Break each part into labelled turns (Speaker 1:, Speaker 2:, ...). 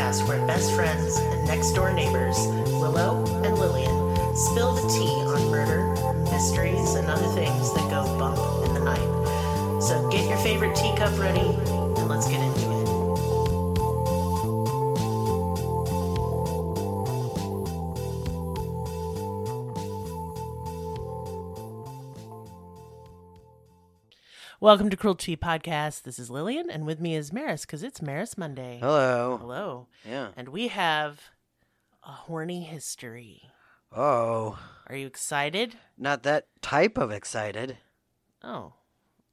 Speaker 1: best friends and next door neighbors, Willow and Lillian, spill the tea on murder, mysteries, and other things that go bump in the night. So get your favorite teacup ready and let's get into it. Welcome to Cruel Tea Podcast. This is Lillian, and with me is Maris because it's Maris Monday.
Speaker 2: Hello.
Speaker 1: Hello.
Speaker 2: Yeah.
Speaker 1: And we have a horny history.
Speaker 2: Oh,
Speaker 1: Are you excited?
Speaker 2: not that type of excited.
Speaker 1: Oh.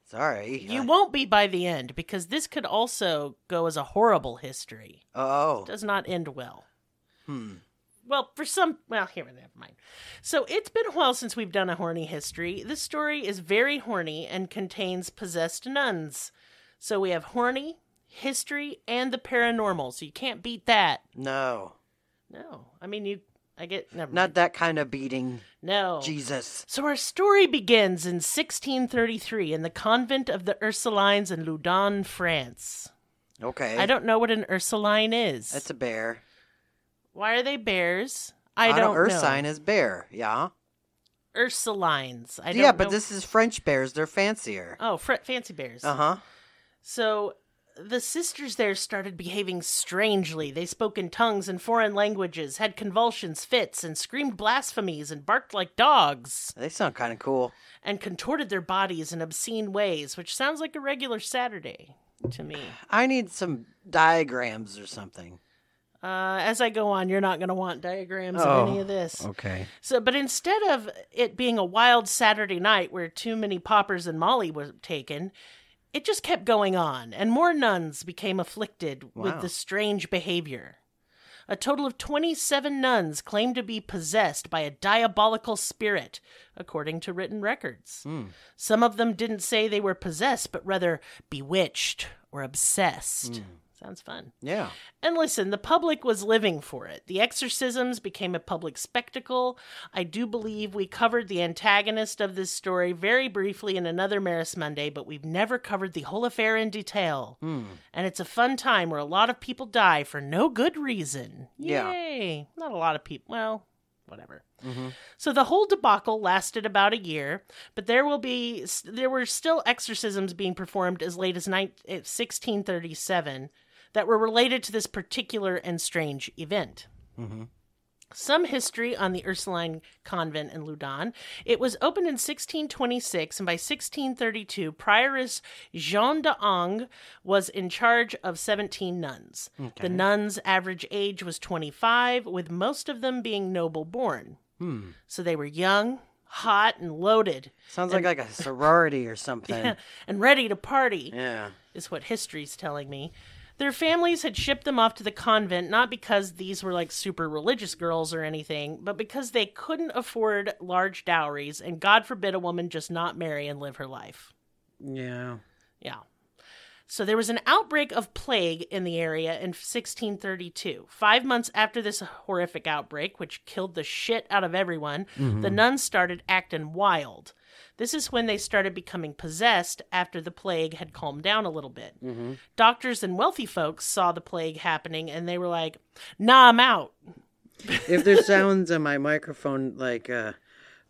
Speaker 2: Sorry.
Speaker 1: You
Speaker 2: I-
Speaker 1: won't be by the end because this could also go as a horrible history.
Speaker 2: Oh.
Speaker 1: Does not end well.
Speaker 2: Hmm.
Speaker 1: Well, for some, well, here, never mind. So it's been a while since we've done a horny history. This story is very horny and contains possessed nuns. So we have horny, history, and the paranormal. So you can't beat that.
Speaker 2: No.
Speaker 1: No, I mean you. I get never.
Speaker 2: Not
Speaker 1: mind.
Speaker 2: that kind of beating.
Speaker 1: no.
Speaker 2: Jesus.
Speaker 1: So our story begins in 1633 in the convent of the Ursulines in Loudun, France.
Speaker 2: Okay.
Speaker 1: I don't know what an Ursuline is.
Speaker 2: That's a bear.
Speaker 1: Why are they bears? I
Speaker 2: On a
Speaker 1: don't
Speaker 2: Earth
Speaker 1: know.
Speaker 2: sign is bear. Yeah.
Speaker 1: Ursulines. I don't
Speaker 2: yeah, but
Speaker 1: know-
Speaker 2: this is French bears. They're fancier.
Speaker 1: Oh, fr- fancy bears.
Speaker 2: Uh huh.
Speaker 1: So the sisters there started behaving strangely. They spoke in tongues and foreign languages, had convulsions, fits, and screamed blasphemies and barked like dogs.
Speaker 2: They sound kind of cool.
Speaker 1: and contorted their bodies in obscene ways, which sounds like a regular Saturday to me.
Speaker 2: I need some diagrams or something.
Speaker 1: Uh, as I go on, you're not going to want diagrams
Speaker 2: Oh.
Speaker 1: of any of this.
Speaker 2: Okay.
Speaker 1: So, but instead of it being a wild Saturday night where too many poppers and Molly were taken, it just kept going on, and more nuns became afflicted with
Speaker 2: Wow.
Speaker 1: the strange behavior. A total of 27 nuns claimed to be possessed by a diabolical spirit, according to written records. Some of them didn't say they were possessed, but rather bewitched or obsessed.
Speaker 2: Hmm.
Speaker 1: Sounds fun.
Speaker 2: Yeah.
Speaker 1: And listen, the public was living for it. The exorcisms became a public spectacle. I do believe we covered the antagonist of this story very briefly in another Maris Monday, but we've never covered the whole affair in detail.
Speaker 2: Hmm.
Speaker 1: And it's a fun time where a lot of people die for no good reason.
Speaker 2: Yeah.
Speaker 1: Yay! Not a lot of people. Well, whatever.
Speaker 2: Mhm.
Speaker 1: So the whole debacle lasted about a year, but there will be there were still exorcisms being performed as late as 9, eh, 1637 that were related to this particular and strange event.
Speaker 2: Mm-hmm.
Speaker 1: Some history on the Ursuline convent in Loudun. It was opened in 1626, and by 1632, Prioress Jean de Ange was in charge of 17 nuns. The nuns' average age was 25, with most of them being noble born.
Speaker 2: Hmm.
Speaker 1: So they were young, hot, and loaded,
Speaker 2: Sounds like like a sorority or something.
Speaker 1: and ready to party,
Speaker 2: Yeah.
Speaker 1: is what history's telling me. Their families had shipped them off to the convent not because these were like super religious girls or anything, but because they couldn't afford large dowries, and God forbid a woman just not marry and live her life.
Speaker 2: Yeah.
Speaker 1: Yeah. So there was an outbreak of plague in the area in 1632. Five months after this horrific outbreak, which killed the shit out of everyone, the nuns started acting wild. This is when they started becoming possessed after the plague had calmed down a little bit. Doctors and wealthy folks saw the plague happening and they were like, nah, I'm out.
Speaker 2: if there's sounds on my microphone like uh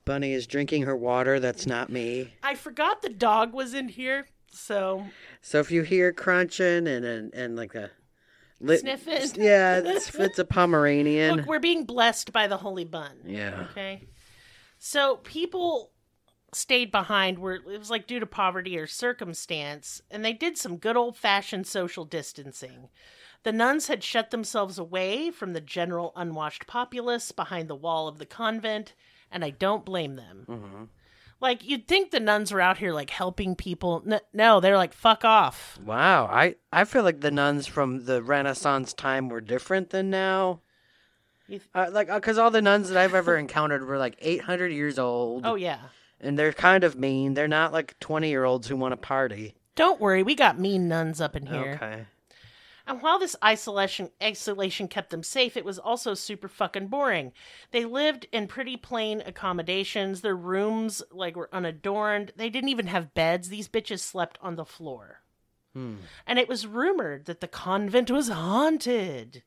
Speaker 2: bunny is drinking her water that's not me
Speaker 1: I forgot the dog was in here. So
Speaker 2: so if you hear crunching and and, and like a lit-
Speaker 1: Sniffing.
Speaker 2: yeah it's, it's a pomeranian
Speaker 1: look, we're being blessed by the holy bun.
Speaker 2: yeah
Speaker 1: Okay. So people stayed behind where it was like due to poverty or circumstance, and they did some good old fashioned social distancing. The nuns had shut themselves away from the general unwashed populace behind the wall of the convent, and I don't blame them. Like, you'd think the nuns were out here, like, helping people. N- no, they're like, fuck off.
Speaker 2: wow i i feel like the nuns from the renaissance time were different than now
Speaker 1: You th-
Speaker 2: uh, like because all the nuns that i've ever encountered were like 800 years old
Speaker 1: Oh, yeah.
Speaker 2: and they're kind of mean they're not like 20 year olds who want to party
Speaker 1: Don't worry, we got mean nuns up in here.
Speaker 2: okay
Speaker 1: And while this isolation isolation kept them safe, it was also super fucking boring. They lived in pretty plain accommodations. Their rooms like were unadorned. They didn't even have beds. These bitches slept on the floor.
Speaker 2: hmm.
Speaker 1: And it was rumored that the convent was haunted.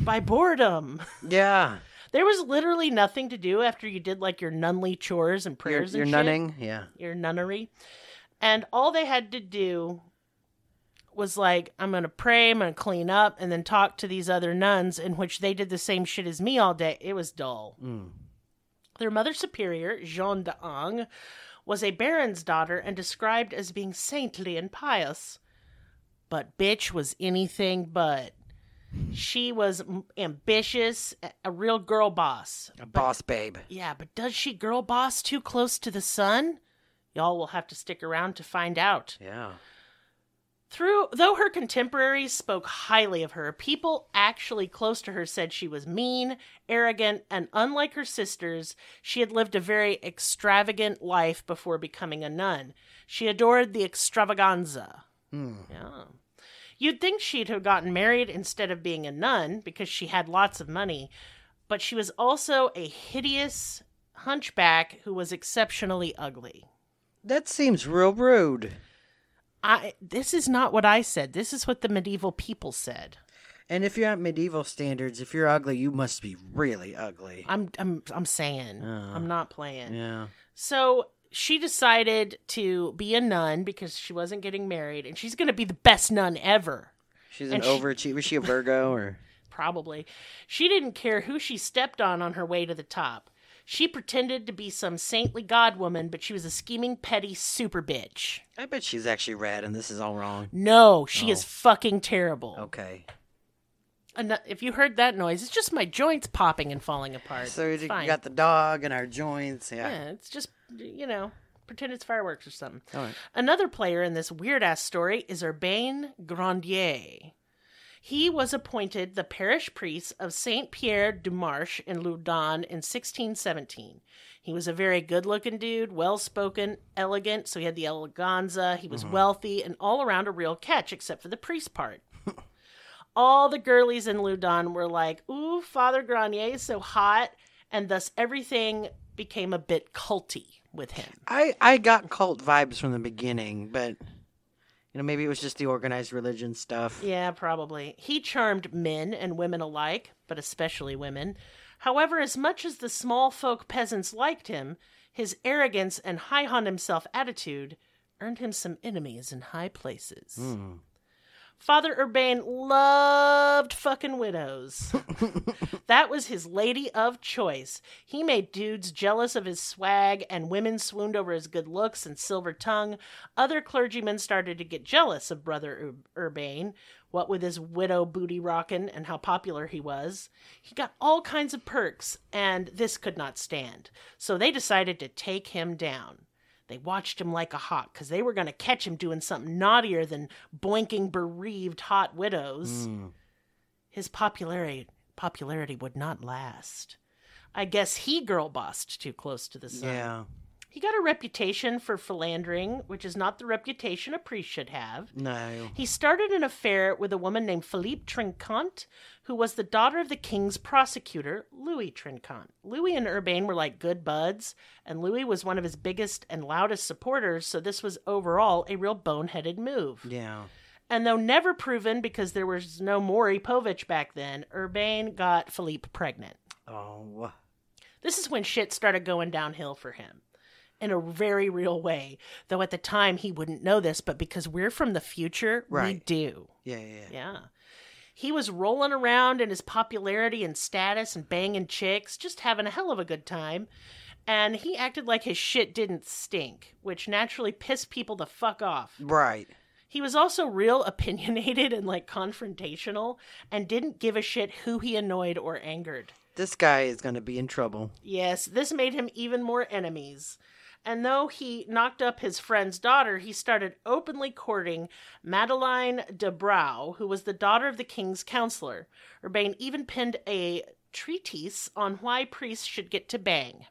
Speaker 1: by boredom.
Speaker 2: Yeah.
Speaker 1: There was literally nothing to do after you did like your nunly chores and
Speaker 2: You're,
Speaker 1: prayers
Speaker 2: you're
Speaker 1: and shit,
Speaker 2: nunning. Yeah.
Speaker 1: your nunnery. And all they had to do was like, I'm going to pray, I'm going to clean up, and then talk to these other nuns, in which they did the same shit as me all day. It was dull.
Speaker 2: Mm.
Speaker 1: Their mother superior, Jeanne d'Ang, was a baron's daughter and described as being saintly and pious. But bitch was anything but. She was m- ambitious, a- a real girl boss.
Speaker 2: A boss babe.
Speaker 1: Yeah, but does she girl boss too close to the sun? Y'all will have to stick around to find out.
Speaker 2: Yeah.
Speaker 1: Through though her contemporaries spoke highly of her, people actually close to her said she was mean, arrogant, and unlike her sisters, she had lived a very extravagant life before becoming a nun. She adored the extravaganza.
Speaker 2: Mm.
Speaker 1: Yeah. You'd think she'd have gotten married instead of being a nun because she had lots of money, but she was also a hideous hunchback who was exceptionally ugly.
Speaker 2: That seems real rude.
Speaker 1: I this is not what I said. This is what the medieval people said.
Speaker 2: And if you're at medieval standards, if you're ugly, you must be really ugly.
Speaker 1: I'm I'm I'm saying.
Speaker 2: Uh,
Speaker 1: I'm not playing.
Speaker 2: Yeah.
Speaker 1: So she decided to be a nun because she wasn't getting married and she's going to be the best nun ever.
Speaker 2: She's an
Speaker 1: And she-
Speaker 2: overachiever. Was she a Virgo or?
Speaker 1: probably. She didn't care who she stepped on on her way to the top. She pretended to be some saintly godwoman, but she was a scheming, petty super bitch.
Speaker 2: I bet she's actually red, and this is all wrong.
Speaker 1: No, she is
Speaker 2: Oh.
Speaker 1: fucking terrible.
Speaker 2: Okay.
Speaker 1: Ano- if you heard that noise, it's just my joints popping and falling apart.
Speaker 2: So
Speaker 1: it's
Speaker 2: you
Speaker 1: fine.
Speaker 2: got the dog and our joints. Yeah.
Speaker 1: yeah, it's just you know, pretend it's fireworks or something.
Speaker 2: All right.
Speaker 1: Another player in this weird ass story is Urbain Grandier. He was appointed the parish priest of Saint Pierre du Marche in Loudun in 1617. He was a very good looking dude, well spoken, elegant, so he had the eleganza. He was
Speaker 2: Mm-hmm.
Speaker 1: wealthy and all around a real catch, except for the priest part. all the girlies in Loudun were like, Ooh, Father Granier is so hot. And thus everything became a bit culty with him.
Speaker 2: I I got cult vibes from the beginning, but you know maybe it was just the organized religion stuff.
Speaker 1: Yeah, probably. He charmed men and women alike, but especially women. However, as much as the small folk peasants liked him, his arrogance and high on himself attitude earned him some enemies in high places.
Speaker 2: Hmm.
Speaker 1: Father Urbain loved fucking widows. that was his lady of choice. He made dudes jealous of his swag, and women swooned over his good looks and silver tongue. Other clergymen started to get jealous of Brother Ur- Urbain, what with his widow booty rockin' and how popular he was. He got all kinds of perks, and this could not stand. So they decided to take him down. They watched him like a hawk because they were going to catch him doing something naughtier than boinking bereaved hot widows.
Speaker 2: Hmm.
Speaker 1: His popularity popularity would not last. I guess he girl bossed too close to the sun.
Speaker 2: Yeah.
Speaker 1: He got a reputation for philandering, which is not the reputation a priest should have.
Speaker 2: No.
Speaker 1: He started an affair with a woman named Philippe Trinquant, who was the daughter of the king's prosecutor, Louis Trinquant. Louis and Urbain were like good buds, and Louis was one of his biggest and loudest supporters, so this was overall a real boneheaded move.
Speaker 2: Yeah.
Speaker 1: And though never proven because there was no Maury Povich back then, Urbain got Philippe pregnant.
Speaker 2: Oh.
Speaker 1: This is when shit started going downhill for him in a very real way, though at the time he wouldn't know this, but because we're from the future, we
Speaker 2: Right.
Speaker 1: do.
Speaker 2: Yeah. Yeah. yeah.
Speaker 1: Yeah. He was rolling around in his popularity and status and banging chicks, just having a hell of a good time. And he acted like his shit didn't stink, which naturally pissed people the fuck off.
Speaker 2: Right.
Speaker 1: He was also real opinionated and like confrontational and didn't give a shit who he annoyed or angered.
Speaker 2: This guy is gonna be in trouble.
Speaker 1: Yes, this made him even more enemies. And though he knocked up his friend's daughter, he started openly courting Madeleine de Brau, who was the daughter of the king's counselor. Urbain even penned a treatise on why priests should get to bang.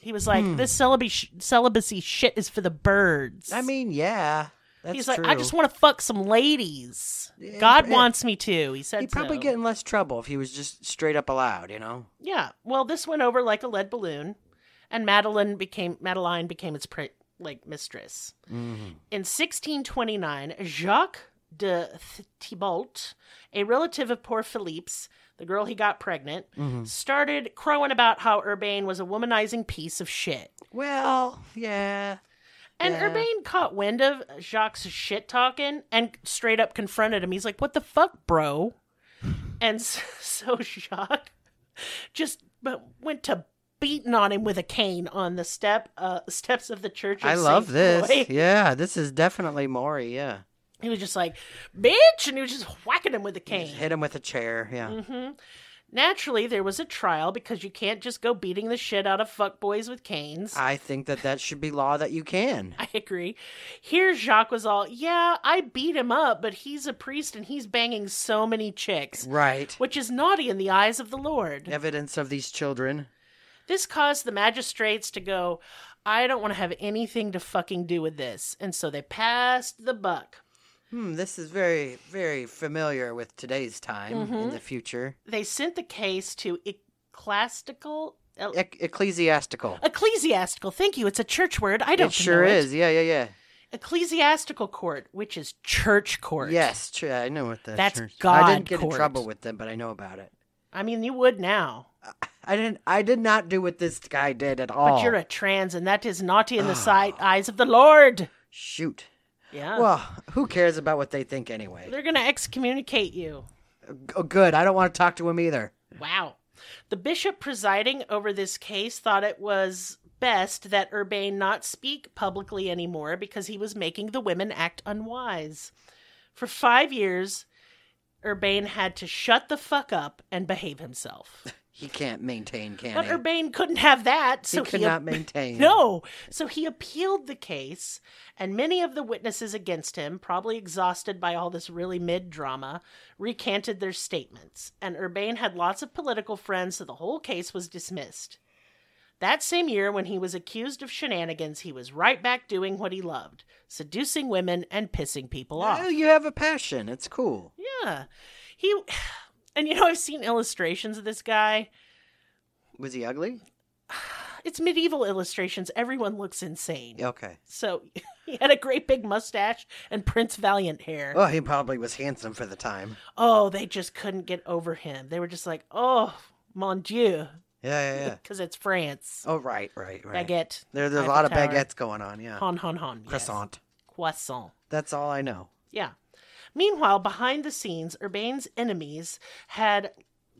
Speaker 1: He was like, "This celibacy, sh- celibacy shit is for the birds."
Speaker 2: Hmm. I mean, yeah. That's
Speaker 1: he's like,
Speaker 2: true.
Speaker 1: "I just want to fuck some ladies.
Speaker 2: Yeah,
Speaker 1: God
Speaker 2: yeah.
Speaker 1: wants me to." He said,
Speaker 2: He'd probably
Speaker 1: so.
Speaker 2: get in less trouble if he was just straight up allowed, you know?
Speaker 1: Yeah. Well, this went over like a lead balloon, and Madeline became Madeline became its pri- like mistress.
Speaker 2: Mm-hmm.
Speaker 1: In 1629, Jacques de Th- Thibault, a relative of poor Philippe's, the girl he got pregnant,
Speaker 2: Mhm.
Speaker 1: started crowing about how Urbain was a womanizing piece of shit.
Speaker 2: Well, yeah.
Speaker 1: And
Speaker 2: Yeah.
Speaker 1: Urbain caught wind of Jacques' shit talking and straight up confronted him. He's like, What the fuck, bro? And so, so Jacques just but went to beating on him with a cane on the step uh, steps of the church. Of
Speaker 2: I love
Speaker 1: Saint
Speaker 2: this.
Speaker 1: Croix.
Speaker 2: Yeah, this is definitely Maury. Yeah.
Speaker 1: He was just like, Bitch! And he was just whacking him with a cane.
Speaker 2: Just hit him with a chair. Yeah.
Speaker 1: hmm Naturally, there was a trial because you can't just go beating the shit out of fuckboys with canes.
Speaker 2: I think that that should be law that you can.
Speaker 1: I agree. Here, Jacques was all, yeah, I beat him up, but he's a priest and he's banging so many chicks,
Speaker 2: Right.
Speaker 1: which is naughty in the eyes of the Lord.
Speaker 2: Evidence of these children.
Speaker 1: This caused the magistrates to go, I don't want to have anything to fucking do with this. And so they passed the buck.
Speaker 2: Hmm, this is very, very familiar with today's time
Speaker 1: Mm-hmm.
Speaker 2: in the future.
Speaker 1: They sent the case to ecclesiastical. el-
Speaker 2: Ec- ecclesiastical.
Speaker 1: Ecclesiastical, thank you. It's a church word. I don't.
Speaker 2: it sure
Speaker 1: know
Speaker 2: is. Yeah, yeah, yeah.
Speaker 1: Ecclesiastical court, which is church court.
Speaker 2: Yes, tr- I know what the
Speaker 1: That's
Speaker 2: church.
Speaker 1: God
Speaker 2: I didn't get
Speaker 1: court.
Speaker 2: in trouble with them, but I know about it.
Speaker 1: I mean, you would now.
Speaker 2: I didn't. I did not do what this guy did at all.
Speaker 1: But you're a trans, and that is naughty in the sight eyes of the Lord.
Speaker 2: shoot.
Speaker 1: Yeah.
Speaker 2: Well, who cares about what they think anyway?
Speaker 1: They're going to excommunicate you.
Speaker 2: Oh, good. I don't want to talk to him either.
Speaker 1: Wow. The bishop presiding over this case thought it was best that Urbain not speak publicly anymore because he was making the women act unwise. For five years, Urbain had to shut the fuck up and behave himself.
Speaker 2: He can't maintain, can
Speaker 1: But
Speaker 2: he?
Speaker 1: Urbain couldn't have that, so
Speaker 2: he could
Speaker 1: he
Speaker 2: not maintain.
Speaker 1: No. So he appealed the case, and many of the witnesses against him, probably exhausted by all this really mid drama, recanted their statements. And Urbain had lots of political friends, so the whole case was dismissed. That same year, when he was accused of shenanigans, he was right back doing what he loved seducing women and pissing people off.
Speaker 2: Well, you have a passion. It's cool.
Speaker 1: Yeah. He. And you know, I've seen illustrations of this guy.
Speaker 2: Was he ugly?
Speaker 1: It's medieval illustrations. Everyone looks insane.
Speaker 2: Okay.
Speaker 1: So he had a great big mustache and Prince Valiant hair.
Speaker 2: Well, he probably was handsome for the time.
Speaker 1: Oh, they just couldn't get over him. They were just like, oh, mon Dieu,
Speaker 2: Yeah, yeah, yeah.
Speaker 1: because it's France.
Speaker 2: Oh, right, right, right.
Speaker 1: Baguette,
Speaker 2: There, there's a
Speaker 1: Eiffel
Speaker 2: lot of
Speaker 1: Tower.
Speaker 2: baguettes going on. Yeah.
Speaker 1: hon, hon, hon. yes.
Speaker 2: Croissant.
Speaker 1: Croissant.
Speaker 2: That's all I know.
Speaker 1: Yeah. Meanwhile, behind the scenes, Urbain's enemies had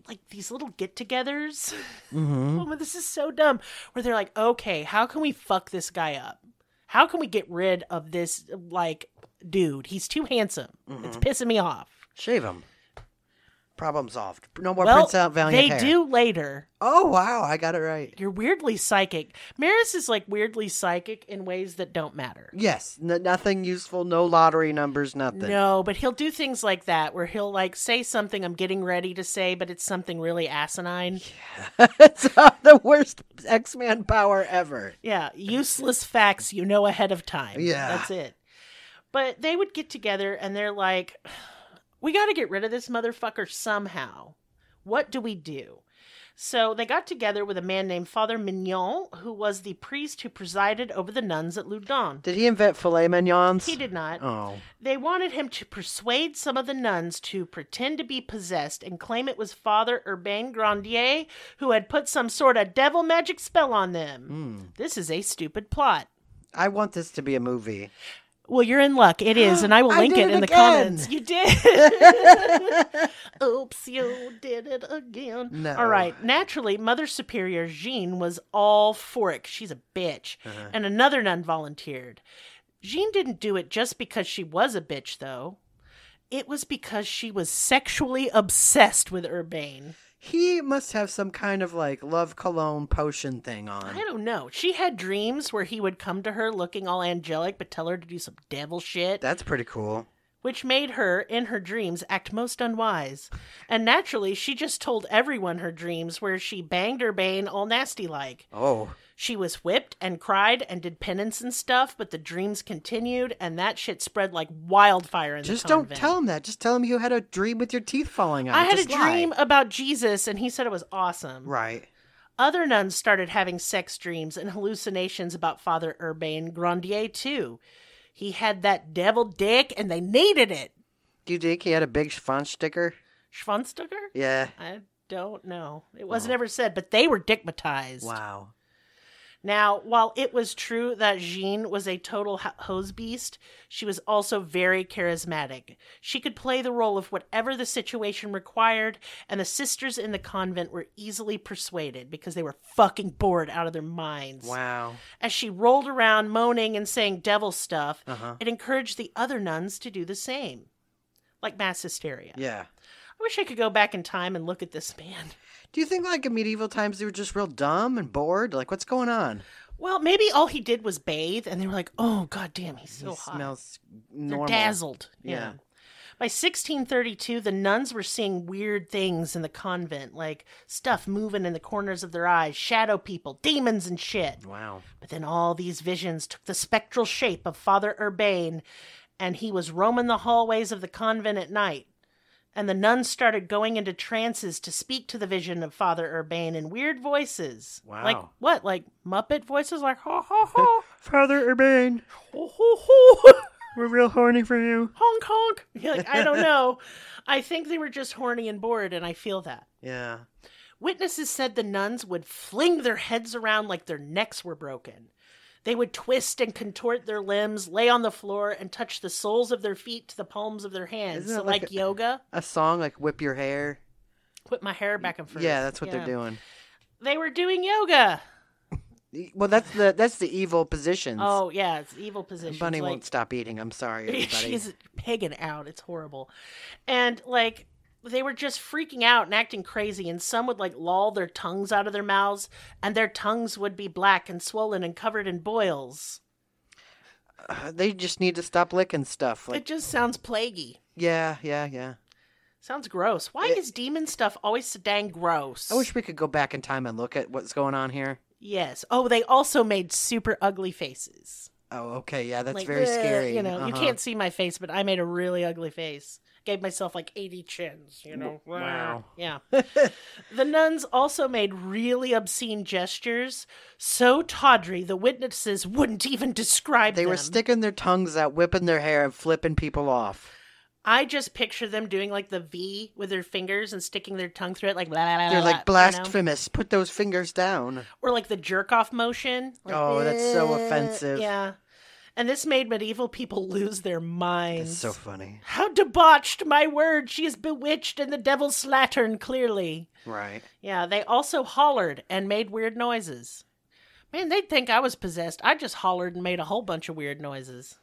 Speaker 1: like these little get togethers.
Speaker 2: Mm-hmm.
Speaker 1: Oh, this is so dumb. Where they're like, okay, how can we fuck this guy up? How can we get rid of this, like, dude? He's too handsome.
Speaker 2: Mm-hmm.
Speaker 1: It's pissing me off.
Speaker 2: Shave him. Problem solved. No more
Speaker 1: Well,
Speaker 2: Prince Out Valiant
Speaker 1: they
Speaker 2: hair.
Speaker 1: do later.
Speaker 2: Oh wow, I got it right.
Speaker 1: You're weirdly psychic. Maris is like weirdly psychic in ways that don't matter.
Speaker 2: Yes, n- nothing useful. No lottery numbers. Nothing.
Speaker 1: No, but he'll do things like that where he'll like say something I'm getting ready to say, but it's something really asinine.
Speaker 2: it's uh, the worst X Man power ever.
Speaker 1: Yeah, useless facts you know ahead of time.
Speaker 2: Yeah.
Speaker 1: That's it. But they would get together and they're like, we got to get rid of this motherfucker somehow. What do we do? So they got together with a man named Father Mignon, who was the priest who presided over the nuns at Loudun.
Speaker 2: Did he invent filet mignons?
Speaker 1: He did not.
Speaker 2: Oh,
Speaker 1: They wanted him to persuade some of the nuns to pretend to be possessed and claim it was Father Urbain Grandier who had put some sort of devil magic spell on them.
Speaker 2: Hmm.
Speaker 1: This is a stupid plot.
Speaker 2: I want this to be a movie.
Speaker 1: Well, you're in luck. It is, and I will
Speaker 2: I
Speaker 1: link
Speaker 2: did
Speaker 1: it
Speaker 2: it
Speaker 1: in the
Speaker 2: again.
Speaker 1: comments. You did. Oops, you did it again.
Speaker 2: No.
Speaker 1: All right. Naturally, Mother Superior Jean was all for it. 'cause She's a bitch.
Speaker 2: Uh-huh.
Speaker 1: And another nun volunteered. Jean didn't do it just because she was a bitch, though. It was because she was sexually obsessed with Urbain.
Speaker 2: He must have some kind of like love cologne potion thing on.
Speaker 1: I don't know. She had dreams where he would come to her looking all angelic, but tell her to do some devil shit.
Speaker 2: That's pretty cool.
Speaker 1: which made her, in her dreams, act most unwise. And naturally, she just told everyone her dreams, where she banged Urbane all nasty like.
Speaker 2: Oh,
Speaker 1: She was whipped and cried and did penance and stuff, but the dreams continued, and that shit spread like wildfire in
Speaker 2: just
Speaker 1: the
Speaker 2: don't
Speaker 1: convent.
Speaker 2: tell him that. Just tell him you had a dream with your teeth falling out.
Speaker 1: I had a
Speaker 2: Just lie.
Speaker 1: dream about Jesus, and he said it was awesome.
Speaker 2: Right.
Speaker 1: Other nuns started having sex dreams and hallucinations about Father Urbain Grandier, too. He had that devil dick, and they needed it.
Speaker 2: Do you think he had a big schwanz sticker?
Speaker 1: Schwanstucker?
Speaker 2: Yeah.
Speaker 1: I don't know. It wasn't ever said, but they were digmatized.
Speaker 2: Wow.
Speaker 1: Now, while it was true that Jean was a total ho- hose beast, she was also very charismatic. She could play the role of whatever the situation required, and the sisters in the convent were easily persuaded because they were fucking bored out of their minds.
Speaker 2: Wow.
Speaker 1: As she rolled around moaning and saying devil stuff,
Speaker 2: Uh huh.
Speaker 1: it encouraged the other nuns to do the same. Like mass hysteria.
Speaker 2: Yeah.
Speaker 1: I wish I could go back in time and look at this man.
Speaker 2: Do you think like in medieval times they were just real dumb and bored? Like what's going on?
Speaker 1: Well, maybe all he did was bathe, and they were like, "Oh, goddamn, he's so
Speaker 2: he
Speaker 1: hot."
Speaker 2: smells
Speaker 1: They're
Speaker 2: normal.
Speaker 1: dazzled. Yeah.
Speaker 2: Yeah.
Speaker 1: By 1632, the nuns were seeing weird things in the convent, like stuff moving in the corners of their eyes, shadow people, demons, and shit.
Speaker 2: Wow.
Speaker 1: But then all these visions took the spectral shape of Father Urbain, and he was roaming the hallways of the convent at night. And the nuns started going into trances to speak to the vision of Father Urbain in weird voices.
Speaker 2: Wow.
Speaker 1: Like what? Like Muppet voices? Like ho ho ho,
Speaker 2: Father Urbain,
Speaker 1: ho ho ho,
Speaker 2: we're real horny for you.
Speaker 1: honk honk. You're like I don't know. I think they were just horny and bored, and I feel that.
Speaker 2: Yeah.
Speaker 1: Witnesses said the nuns would fling their heads around like their necks were broken. They would twist and contort their limbs, lay on the floor, and touch the soles of their feet to the palms of their hands.
Speaker 2: Isn't
Speaker 1: So,
Speaker 2: it like
Speaker 1: like,
Speaker 2: a-
Speaker 1: yoga,
Speaker 2: A song like Whip Your Hair.
Speaker 1: put my hair back and forth.
Speaker 2: Yeah, that's what they're doing. E,
Speaker 1: They were doing yoga.
Speaker 2: Well, that's the that's the evil positions.
Speaker 1: Oh, yeah, it's evil positions.
Speaker 2: Bunny
Speaker 1: like-
Speaker 2: won't stop eating. I'm sorry, everybody.
Speaker 1: She's pigging out. It's horrible. And like they were just freaking out and acting crazy and some would like loll their tongues out of their mouths and their tongues would be black and swollen and covered in boils.
Speaker 2: Uh, they just need to stop licking stuff. Like,
Speaker 1: it just sounds plaguey.
Speaker 2: yeah, yeah, yeah.
Speaker 1: Sounds gross. Why
Speaker 2: It-
Speaker 1: is demon stuff always so dang gross?
Speaker 2: I wish we could go back in time and look at what's going on here.
Speaker 1: Yes. Oh, they also made super ugly faces.
Speaker 2: Oh, okay, yeah, that's
Speaker 1: Like,
Speaker 2: very
Speaker 1: "Ugh,"
Speaker 2: scary.
Speaker 1: You know, you
Speaker 2: Uh-huh.
Speaker 1: can't see my face, but I made a really ugly face. Gave myself like 80 chins, you know.
Speaker 2: wow.
Speaker 1: Yeah. the nuns also made really obscene gestures, so tawdry the witnesses wouldn't even describe
Speaker 2: They
Speaker 1: them.
Speaker 2: were sticking their tongues out, whipping their hair, and flipping people off.
Speaker 1: I just picture them doing like the V with their fingers and sticking their tongue through it, like blah, blah, blah,
Speaker 2: They're
Speaker 1: blah,
Speaker 2: like
Speaker 1: blah, you know?
Speaker 2: blasphemous. Put those fingers down.
Speaker 1: or like the jerk off motion. Like,
Speaker 2: Oh, that's so
Speaker 1: "Eh,"
Speaker 2: offensive.
Speaker 1: Yeah. And this made medieval people lose their
Speaker 2: That's
Speaker 1: minds.
Speaker 2: so funny.
Speaker 1: How debauched, my word! She is bewitched and the devil's slattern, clearly.
Speaker 2: Right.
Speaker 1: Yeah, they also hollered and made weird noises. Man, they'd think I was possessed. I just hollered and made a whole bunch of weird noises.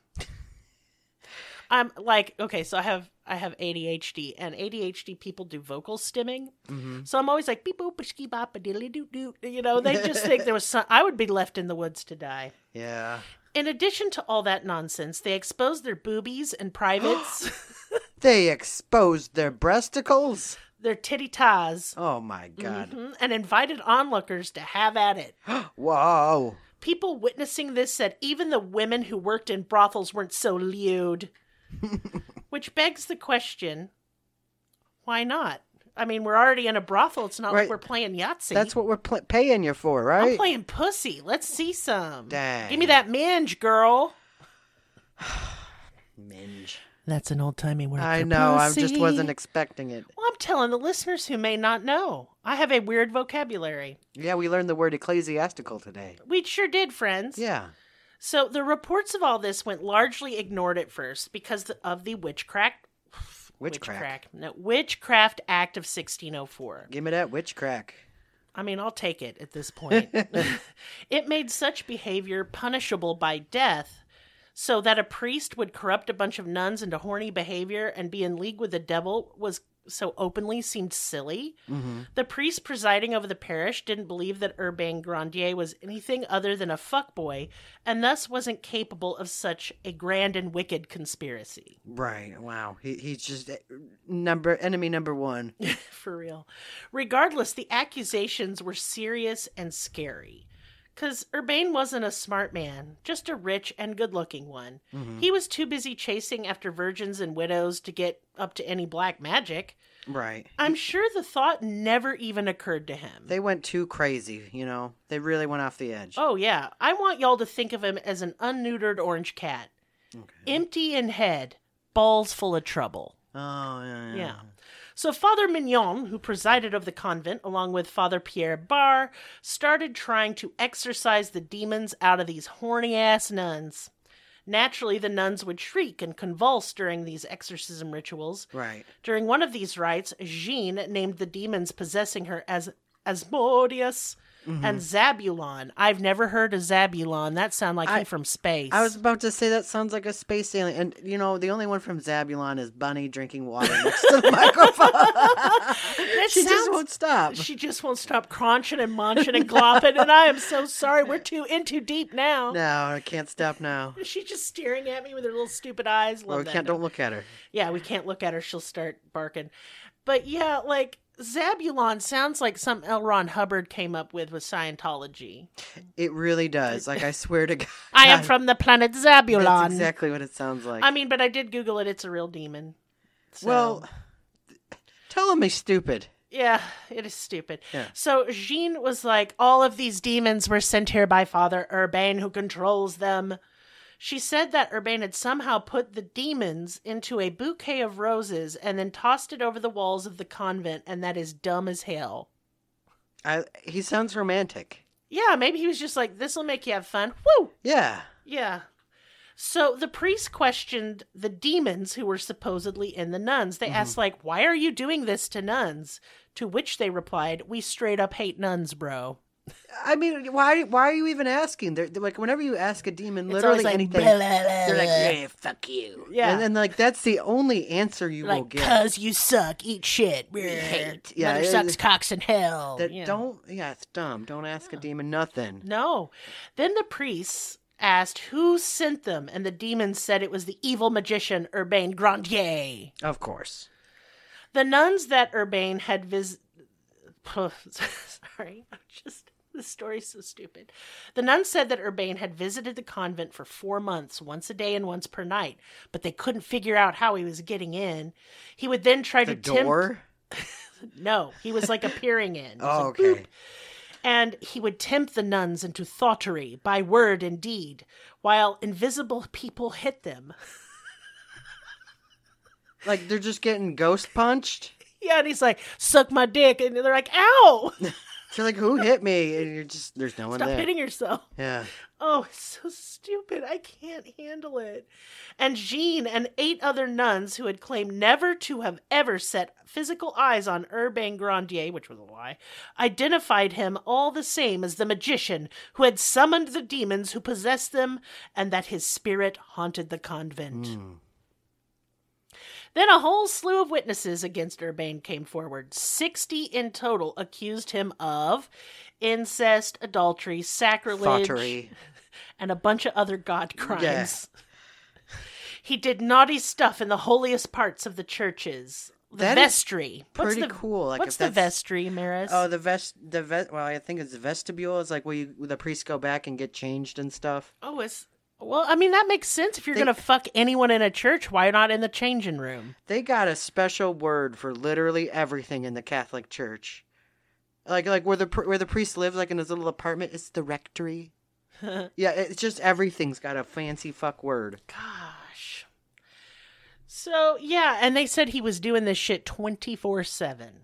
Speaker 1: I'm like, okay, so I have I have ADHD, and ADHD people do vocal stimming.
Speaker 2: hmm
Speaker 1: So I'm always like beep boop ski bop a dilly doo doo. You know, they just think there was some. I would be left in the woods to die.
Speaker 2: Yeah.
Speaker 1: In addition to all that nonsense, they exposed their boobies and privates,
Speaker 2: They exposed their breasticles.
Speaker 1: their titty tas,
Speaker 2: Oh my god.
Speaker 1: mhm, and invited onlookers to have at it.
Speaker 2: Whoa.
Speaker 1: People witnessing this said even the women who worked in brothels weren't so lewd. Which begs the question why not? I mean, we're already in a brothel. It's not
Speaker 2: Right.
Speaker 1: like we're playing Yahtzee.
Speaker 2: That's what we're pl- paying you for,
Speaker 1: I'm
Speaker 2: right?
Speaker 1: playing pussy. Let's see some.
Speaker 2: Dang.
Speaker 1: Give me that minge, girl.
Speaker 2: Minge.
Speaker 1: That's an old timey word.
Speaker 2: I know. I just wasn't expecting it.
Speaker 1: well, I'm telling the listeners who may not know, I have a weird vocabulary.
Speaker 2: Yeah, we learned the word ecclesiastical today.
Speaker 1: We sure did, friends.
Speaker 2: Yeah.
Speaker 1: So the reports of all this went largely ignored at first because th- of the witchcraft.
Speaker 2: Witchcraft.
Speaker 1: No, Witchcraft Act of 1604.
Speaker 2: Give me that witch crack.
Speaker 1: I mean, I'll take it at this point. it made such behavior punishable by death, so that a priest would corrupt a bunch of nuns into horny behavior and be in league with the devil was so openly seemed silly.
Speaker 2: Mm-hmm.
Speaker 1: The priest presiding over the parish didn't believe that Urbain Grandier was anything other than a fuckboy and thus wasn't capable of such a grand and wicked conspiracy.
Speaker 2: Right. Wow. He, he's just uh, number enemy number one.
Speaker 1: For real. Regardless, the accusations were serious and scary. Because Urbain wasn't a smart man, just a rich and good looking one.
Speaker 2: Mhm.
Speaker 1: He was too busy chasing after virgins and widows to get up to any black magic.
Speaker 2: Right.
Speaker 1: I'm sure the thought never even occurred to him.
Speaker 2: They went too crazy, you know. They really went off the edge.
Speaker 1: Oh yeah, I want y'all to think of him as an unneutered orange cat,
Speaker 2: Okay.
Speaker 1: empty in head, balls full of trouble.
Speaker 2: Oh yeah.
Speaker 1: Yeah. So Father Mignon, who presided over the convent along with Father Pierre Barre, started trying to exorcise the demons out of these horny ass nuns. Naturally, the nuns would shriek and convulse during these exorcism rituals.
Speaker 2: Right.
Speaker 1: During one of these rites, Jean named the demons possessing her as Asmodeus
Speaker 2: Mm-hmm.
Speaker 1: and Zabulon. I've never heard of Zabulon. That sound like
Speaker 2: I-
Speaker 1: he from space.
Speaker 2: I was about to say that sounds like a space alien, and you know the only one from Zabulon is Bunny drinking water next to the microphone.
Speaker 1: That
Speaker 2: she
Speaker 1: sounds-
Speaker 2: just won't stop.
Speaker 1: She just won't stop crunching and munching and glopping, and I am so sorry. We're too in too deep now.
Speaker 2: No, I can't stop now.
Speaker 1: Is she just staring at me with her little stupid eyes? Love
Speaker 2: Well, we
Speaker 1: that.
Speaker 2: can't. Don't look at her.
Speaker 1: Yeah, we can't look at her. She'll start barking. But yeah, like Zabulon sounds like some L. Ron Hubbard came up with with Scientology.
Speaker 2: It really does. Like I swear to God.
Speaker 1: I am from the planet Zabulon.
Speaker 2: That's exactly what it sounds like.
Speaker 1: I mean, but I did Google it. It's a real demon. So,
Speaker 2: well, tell him he's stupid.
Speaker 1: yeah, it is stupid.
Speaker 2: Yeah.
Speaker 1: So Jean was like, all of these demons were sent here by Father Urbain, who controls them. She said that Urbain had somehow put the demons into a bouquet of roses and then tossed it over the walls of the convent, and that is dumb as hell.
Speaker 2: I, he sounds romantic.
Speaker 1: Yeah, maybe he was just like, this will make you have fun. Woo!
Speaker 2: Yeah.
Speaker 1: Yeah. So the priest questioned the demons who were supposedly in the nuns. They asked, like, why are you doing this to nuns? To which they replied, we straight up hate nuns, bro.
Speaker 2: I mean, why? Why are you even asking? They're, they're like, whenever you ask a demon,
Speaker 1: It's
Speaker 2: literally
Speaker 1: always like,
Speaker 2: anything,
Speaker 1: blah, blah, blah,
Speaker 2: they're like,
Speaker 1: blah.
Speaker 2: "Yeah, fuck you."
Speaker 1: Yeah.
Speaker 2: and then like that's the only answer you will
Speaker 1: like,
Speaker 2: get.
Speaker 1: cuz you suck, eat shit. We
Speaker 2: hate. Yeah,
Speaker 1: Yeah, Mother
Speaker 2: it-
Speaker 1: sucks cocks in hell.
Speaker 2: That
Speaker 1: Yeah.
Speaker 2: don't. Yeah, it's dumb. Don't ask a demon nothing.
Speaker 1: No. Then the priests asked who sent them, and the demons said it was the evil magician Urbain Grandier.
Speaker 2: Of course.
Speaker 1: The nuns that Urbain had vis sorry, I'm just this story's so stupid. The nuns said that Urbain had visited the convent for four months, once a day and once per night, but they couldn't figure out how he was getting in. He would then try
Speaker 2: The
Speaker 1: to tempt-
Speaker 2: door.
Speaker 1: No, he was like appearing in. It was
Speaker 2: Oh,
Speaker 1: like,
Speaker 2: okay.
Speaker 1: boop. And he would tempt the nuns into thoughtery by word and deed, while invisible people hit them.
Speaker 2: Like they're just getting ghost punched.
Speaker 1: Yeah, and he's like, "Suck my dick," and they're like, "Ow!
Speaker 2: They're like, "Who hit me?" And you're just there's no one
Speaker 1: Stop
Speaker 2: there.
Speaker 1: hitting yourself."
Speaker 2: Yeah.
Speaker 1: Oh, it's so stupid. I can't handle it. And Jean and eight other nuns who had claimed never to have ever set physical eyes on Urbain Grandier, which was a lie, identified him all the same as the magician who had summoned the demons who possessed them and that his spirit haunted the convent.
Speaker 2: Mm.
Speaker 1: Then a whole slew of witnesses against Urbain came forward. 60 in total accused him of incest, adultery, sacrilege,
Speaker 2: Thoughtery.
Speaker 1: and a bunch of other god crimes. he did naughty stuff in the holiest parts of the churches. The
Speaker 2: That is
Speaker 1: vestry.
Speaker 2: Pretty
Speaker 1: what's the,
Speaker 2: cool. Like
Speaker 1: what's
Speaker 2: if
Speaker 1: the
Speaker 2: that's-
Speaker 1: vestry, Maris?
Speaker 2: Oh, the vest, the vest. Well, I think it's the vestibule. It's like where you, where the priests go back and get changed and stuff.
Speaker 1: oh, it's well, I mean that makes sense. If you're
Speaker 2: They-
Speaker 1: gonna fuck anyone in a church, why not in the changing room?
Speaker 2: They got a special word for literally everything in the Catholic Church. Like, like where the pr- where the priest lives, like in his little apartment, it's the rectory. yeah, it's just everything's got a fancy fuck word.
Speaker 1: Gosh. So, yeah, and they said he was doing this shit 24 7.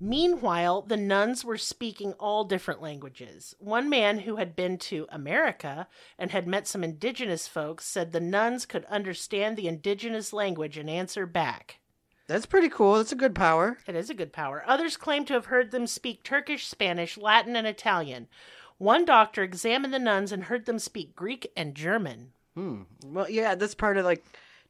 Speaker 1: Meanwhile, the nuns were speaking all different languages. One man who had been to America and had met some indigenous folks said the nuns could understand the indigenous language and answer back.
Speaker 2: That's pretty cool. That's a good power.
Speaker 1: It is a good power. Others claim to have heard them speak Turkish, Spanish, Latin, and Italian. One doctor examined the nuns and heard them speak Greek and German.
Speaker 2: Hmm. Well, yeah, that's part of like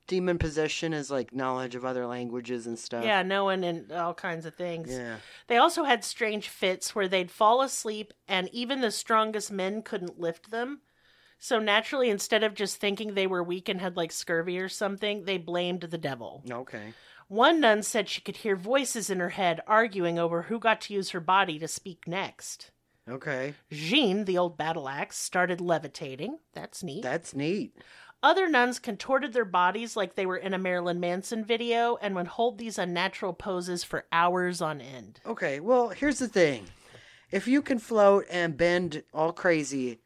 Speaker 2: demon possession is like knowledge of other languages and stuff.
Speaker 1: Yeah, knowing and all kinds of things.
Speaker 2: Yeah.
Speaker 1: They also had strange fits where they'd fall asleep and even the strongest men couldn't lift them. So naturally, instead of just thinking they were weak and had like scurvy or something, they blamed the devil.
Speaker 2: Okay.
Speaker 1: One nun said she could hear voices in her head arguing over who got to use her body to speak next.
Speaker 2: Okay.
Speaker 1: Jean, the old battle axe, started levitating. That's neat.
Speaker 2: That's neat.
Speaker 1: Other nuns contorted their bodies like they were in a Marilyn Manson video and would hold these unnatural poses for hours on end.
Speaker 2: Okay, well, here's the thing. If you can float and bend all crazy,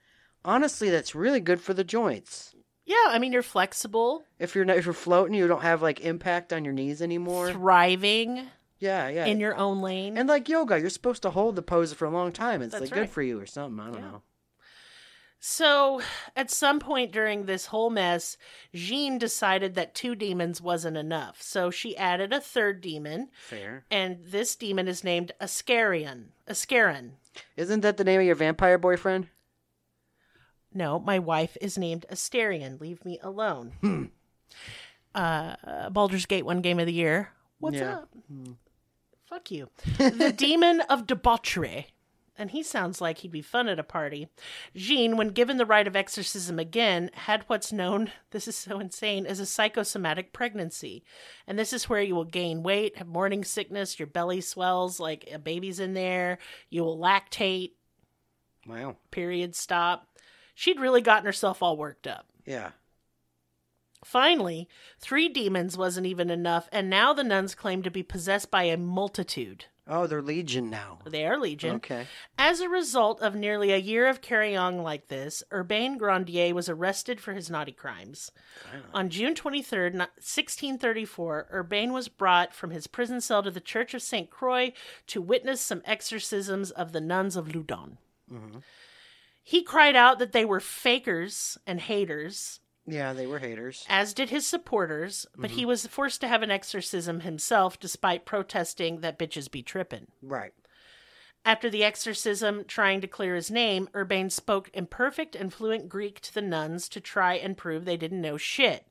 Speaker 2: honestly, that's really good for the joints.
Speaker 1: Yeah, I mean you're flexible,
Speaker 2: If you're not, if you're floating, you don't have like impact on your knees anymore.
Speaker 1: thriving
Speaker 2: Yeah, yeah.
Speaker 1: in your own lane.
Speaker 2: and like yoga, you're supposed to hold the pose for a long time. It's
Speaker 1: That's
Speaker 2: like
Speaker 1: right.
Speaker 2: good for you or something. I don't
Speaker 1: Yeah.
Speaker 2: know.
Speaker 1: so, at some point during this whole mess, Jean decided that two demons wasn't enough. So she added a third demon,
Speaker 2: Fair.
Speaker 1: and this demon is named Ascarion. Ascaron.
Speaker 2: Isn't that the name of your vampire boyfriend?
Speaker 1: No, my wife is named Asterion. Leave me alone. Uh, Baldur's Gate, one game of the year. What's
Speaker 2: Yeah.
Speaker 1: up? Fuck you. the demon of debauchery. And he sounds like he'd be fun at a party. Jean, when given the right of exorcism again, had what's known, this is so insane, as a psychosomatic pregnancy. And this is where you will gain weight, have morning sickness, your belly swells like a baby's in there, you will lactate,
Speaker 2: Wow.
Speaker 1: period stop. She'd really gotten herself all worked up.
Speaker 2: Yeah.
Speaker 1: Finally, three demons wasn't even enough, and now the nuns claim to be possessed by a multitude.
Speaker 2: Oh, they're legion now.
Speaker 1: They are legion.
Speaker 2: Okay.
Speaker 1: As a result of nearly a year of carrying on like this, Urbain Grandier was arrested for his naughty crimes. On June 23rd, no- 1634, Urbain was brought from his prison cell to the Church of St. Croix to witness some exorcisms of the nuns of Loudon.
Speaker 2: Mhm.
Speaker 1: He cried out that they were fakers and haters,
Speaker 2: Yeah, they were haters.
Speaker 1: as did his supporters, but he was forced to have an exorcism himself despite protesting that bitches be trippin'.
Speaker 2: Right.
Speaker 1: After the exorcism, trying to clear his name, Urbain spoke imperfect and fluent Greek to the nuns to try and prove they didn't know shit.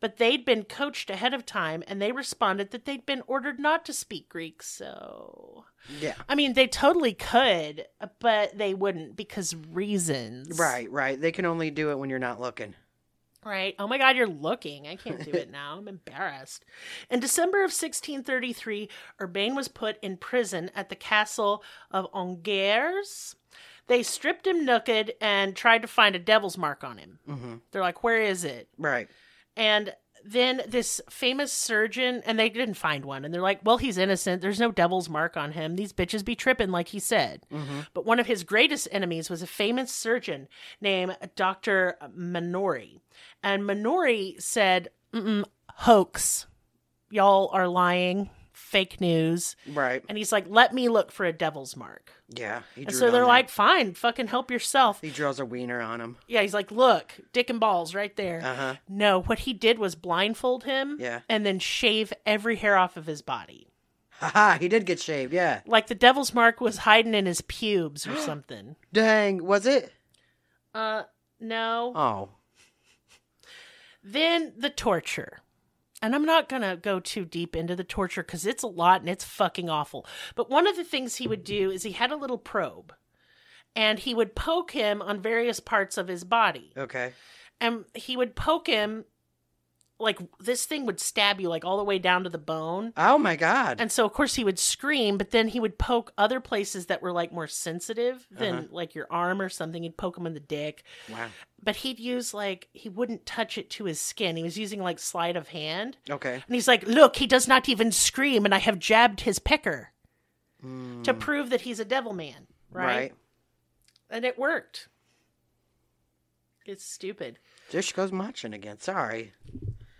Speaker 1: But they'd been coached ahead of time, and they responded that they'd been ordered not to speak Greek, so.
Speaker 2: Yeah.
Speaker 1: I mean, they totally could, but they wouldn't because reasons.
Speaker 2: Right, right. They can only do it when you're not looking.
Speaker 1: Right. Oh my God, you're looking. I can't do it now. I'm embarrassed. In December of 1633, Urbain was put in prison at the castle of Angers. They stripped him naked and tried to find a devil's mark on him.
Speaker 2: hmm
Speaker 1: They're like, where is it?
Speaker 2: Right.
Speaker 1: And then this famous surgeon, and they didn't find one. And they're like, well, he's innocent. There's no devil's mark on him. These bitches be tripping, like he said.
Speaker 2: hmm
Speaker 1: But one of his greatest enemies was a famous surgeon named Dr. Minori. And Minori said, Mm-mm, hoax. Y'all are lying, fake news.
Speaker 2: Right.
Speaker 1: And he's like, let me look for a devil's mark.
Speaker 2: Yeah. He
Speaker 1: And
Speaker 2: drew
Speaker 1: so
Speaker 2: it
Speaker 1: they're
Speaker 2: on
Speaker 1: like, fine, fucking help yourself.
Speaker 2: there. he draws a wiener on him.
Speaker 1: Yeah, he's like, look, dick and balls right there.
Speaker 2: Uh huh.
Speaker 1: no, what he did was blindfold him
Speaker 2: Yeah.
Speaker 1: and then shave every hair off of his body.
Speaker 2: Haha, he did get shaved. Yeah.
Speaker 1: Like the devil's mark was hiding in his pubes or something.
Speaker 2: Dang, was it?
Speaker 1: Uh, no.
Speaker 2: Oh.
Speaker 1: Then the torture. And I'm not going to go too deep into the torture because it's a lot and it's fucking awful. But one of the things he would do is he had a little probe and he would poke him on various parts of his body.
Speaker 2: Oh, Okay.
Speaker 1: And he would poke him like this thing would stab you like all the way down to the bone.
Speaker 2: Oh my god.
Speaker 1: And so, of course, he would scream, but then he would poke other places that were like more sensitive than
Speaker 2: Uh-huh.
Speaker 1: like your arm or something. He'd poke him in the dick
Speaker 2: wow.
Speaker 1: but he'd use like he wouldn't touch it to his skin. He was using like sleight of hand.
Speaker 2: Okay.
Speaker 1: And he's like, "Look, he does not even scream and I have jabbed his pecker
Speaker 2: Mm,
Speaker 1: to prove that he's a devil man." Right? And it worked. It's stupid.
Speaker 2: There she goes marching again. Sorry.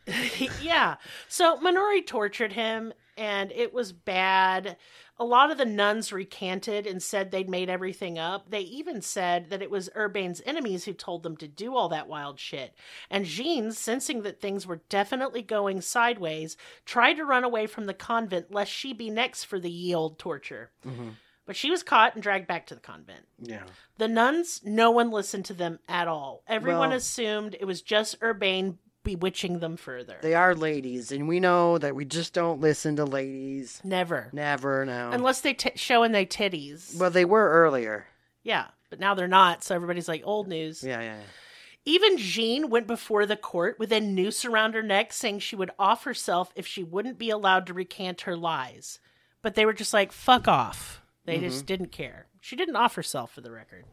Speaker 1: yeah. So Minori tortured him and it was bad. A lot of the nuns recanted and said they'd made everything up. They even said that it was Urbain's enemies who told them to do all that wild shit. And Jean, sensing that things were definitely going sideways, tried to run away from the convent lest she be next for the ye old torture.
Speaker 2: hmm
Speaker 1: But she was caught and dragged back to the convent.
Speaker 2: Yeah.
Speaker 1: The nuns, no one listened to them at all. Everyone
Speaker 2: Well-
Speaker 1: assumed it was just Urbain bewitching them further.
Speaker 2: They are ladies, and we know that we just don't listen to ladies.
Speaker 1: Never.
Speaker 2: Never now.
Speaker 1: Unless they t- showing their titties.
Speaker 2: well, they were earlier.
Speaker 1: yeah, but now they're not, so everybody's like old news.
Speaker 2: Yeah, yeah. yeah.
Speaker 1: Even Jean went before the court with a noose around her neck saying she would off herself if she wouldn't be allowed to recant her lies. But
Speaker 2: Mm-hmm.
Speaker 1: they were just like, fuck off. They just didn't care. She didn't off herself for the record.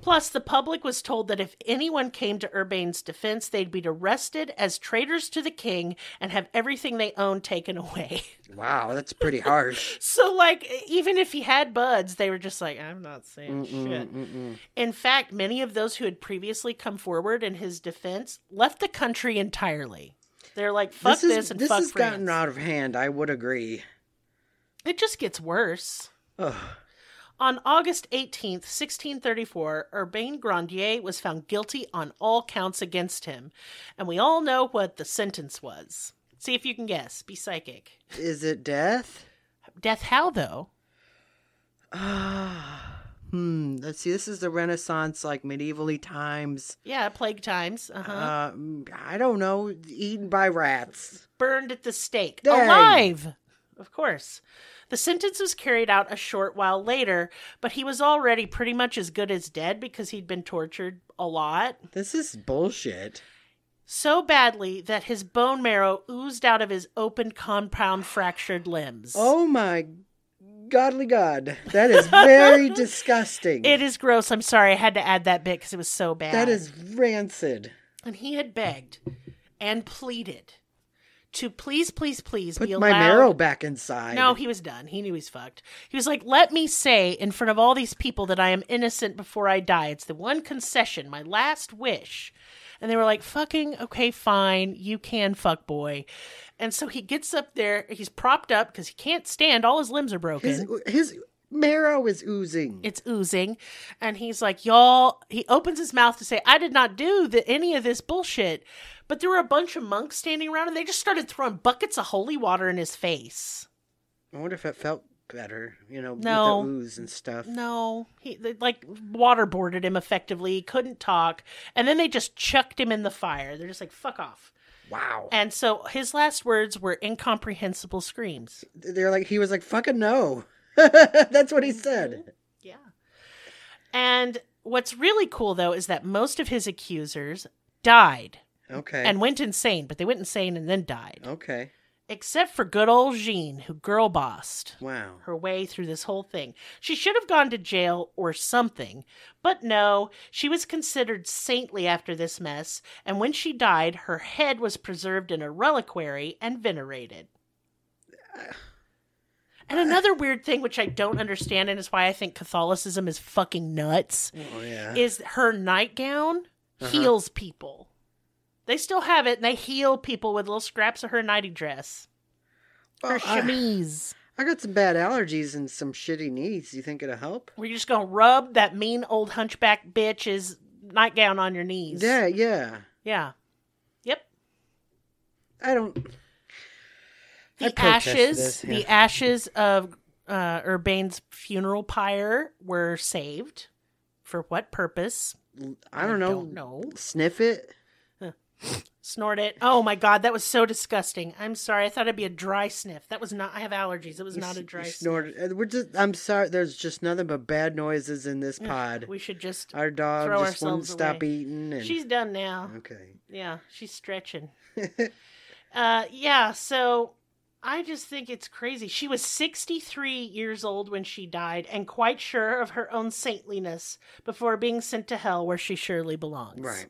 Speaker 1: Plus, the public was told that if anyone came to Urbain's defense, they'd be arrested as traitors to the king and have everything they owned taken away.
Speaker 2: Wow, that's pretty harsh.
Speaker 1: so, like, e, even if he had buds, they were just like, I'm not saying shit.
Speaker 2: Mm-mm, mm-mm.
Speaker 1: In fact, many of those who had previously come forward in his defense left the country entirely. They're like, fuck this,
Speaker 2: is-
Speaker 1: and fuck
Speaker 2: has
Speaker 1: France.
Speaker 2: gotten out of hand. I would agree.
Speaker 1: It just gets worse.
Speaker 2: Ugh.
Speaker 1: On August 18th, 1634, Urbain Grandier was found guilty on all counts against him, and we all know what the sentence was. See if you can guess. Be psychic.
Speaker 2: Is it death?
Speaker 1: Death how, though?
Speaker 2: Ah. hmm. Let's see. This is the Renaissance, like medievally times.
Speaker 1: Yeah, plague times. Uh-huh.
Speaker 2: Uh, mm, I don't know. Eaten by rats.
Speaker 1: Burned at the stake.
Speaker 2: Dang.
Speaker 1: Alive! Of course. The sentence was carried out a short while later, but he was already pretty much as good as dead because he'd been tortured a lot.
Speaker 2: This is bullshit.
Speaker 1: so badly that his bone marrow oozed out of his open compound fractured limbs.
Speaker 2: Oh my godly god. That is very disgusting.
Speaker 1: It is gross. I'm sorry. I had to add that bit because it was so bad.
Speaker 2: That is rancid.
Speaker 1: And he had begged and pleaded to please, please, please
Speaker 2: Put
Speaker 1: be
Speaker 2: my
Speaker 1: allowed.
Speaker 2: marrow back inside.
Speaker 1: no, he was done. He knew he's fucked. He was like, "Let me say in front of all these people that I am innocent before I die. It's the one concession, my last wish." And they were like, "Fucking okay, fine. You can fuck boy." And so he gets up there. He's propped up because he can't stand. All his limbs are broken.
Speaker 2: His, his marrow is oozing.
Speaker 1: it's oozing and he's like y'all he opens his mouth to say i did not do the, any of this bullshit but there were a bunch of monks standing around and they just started throwing buckets of holy water in his face
Speaker 2: I wonder if it felt better, you know,
Speaker 1: No.
Speaker 2: with the ooze and stuff.
Speaker 1: no he they, like waterboarded him effectively he couldn't talk and then they just chucked him in the fire they're just like fuck off
Speaker 2: Wow.
Speaker 1: and so his last words were incomprehensible screams
Speaker 2: They're like, he was like, fucking no. That's what he said.
Speaker 1: Yeah. And what's really cool though is that most of his accusers died
Speaker 2: Okay.
Speaker 1: and went insane, but they went insane and then died.
Speaker 2: okay.
Speaker 1: Except for good old Jean, who girl bossed
Speaker 2: Wow.
Speaker 1: her way through this whole thing. She should have gone to jail or something, but no, she was considered saintly after this mess, and when she died, her head was preserved in a reliquary and venerated. And another weird thing which I don't understand and is why I think Catholicism is fucking nuts
Speaker 2: Oh, yeah.
Speaker 1: is her nightgown
Speaker 2: Uh-huh.
Speaker 1: heals people. They still have it and they heal people with little scraps of her nighty dress. Her
Speaker 2: Well, I,
Speaker 1: chemise.
Speaker 2: I got some bad allergies and some shitty knees. You think it'll help?
Speaker 1: We're just gonna rub that mean old hunchback bitch's nightgown on your knees.
Speaker 2: Yeah, yeah.
Speaker 1: Yeah. Yep.
Speaker 2: I don't. I
Speaker 1: The
Speaker 2: protest
Speaker 1: ashes
Speaker 2: this, yeah.
Speaker 1: the ashes of uh Urbain's funeral pyre were saved. For what purpose?
Speaker 2: I don't know.
Speaker 1: Don't know.
Speaker 2: Sniff it.
Speaker 1: Snort it. Oh my god, that was so disgusting. I'm sorry. I thought it'd be a dry sniff. That was not I have allergies. It was
Speaker 2: You
Speaker 1: not
Speaker 2: s-
Speaker 1: a
Speaker 2: you
Speaker 1: dry sniff.
Speaker 2: snort it. Uh, We're just. I'm sorry. There's just nothing but bad noises in this pod.
Speaker 1: Mm. We should just
Speaker 2: Our dog
Speaker 1: throw
Speaker 2: just wouldn't
Speaker 1: ourselves
Speaker 2: stop
Speaker 1: away.
Speaker 2: eating. And...
Speaker 1: She's done now.
Speaker 2: okay.
Speaker 1: Yeah, she's stretching. uh, yeah, so I just think it's crazy. She was 63 years old when she died and quite sure of her own saintliness before being sent to hell where she surely belongs.
Speaker 2: Right.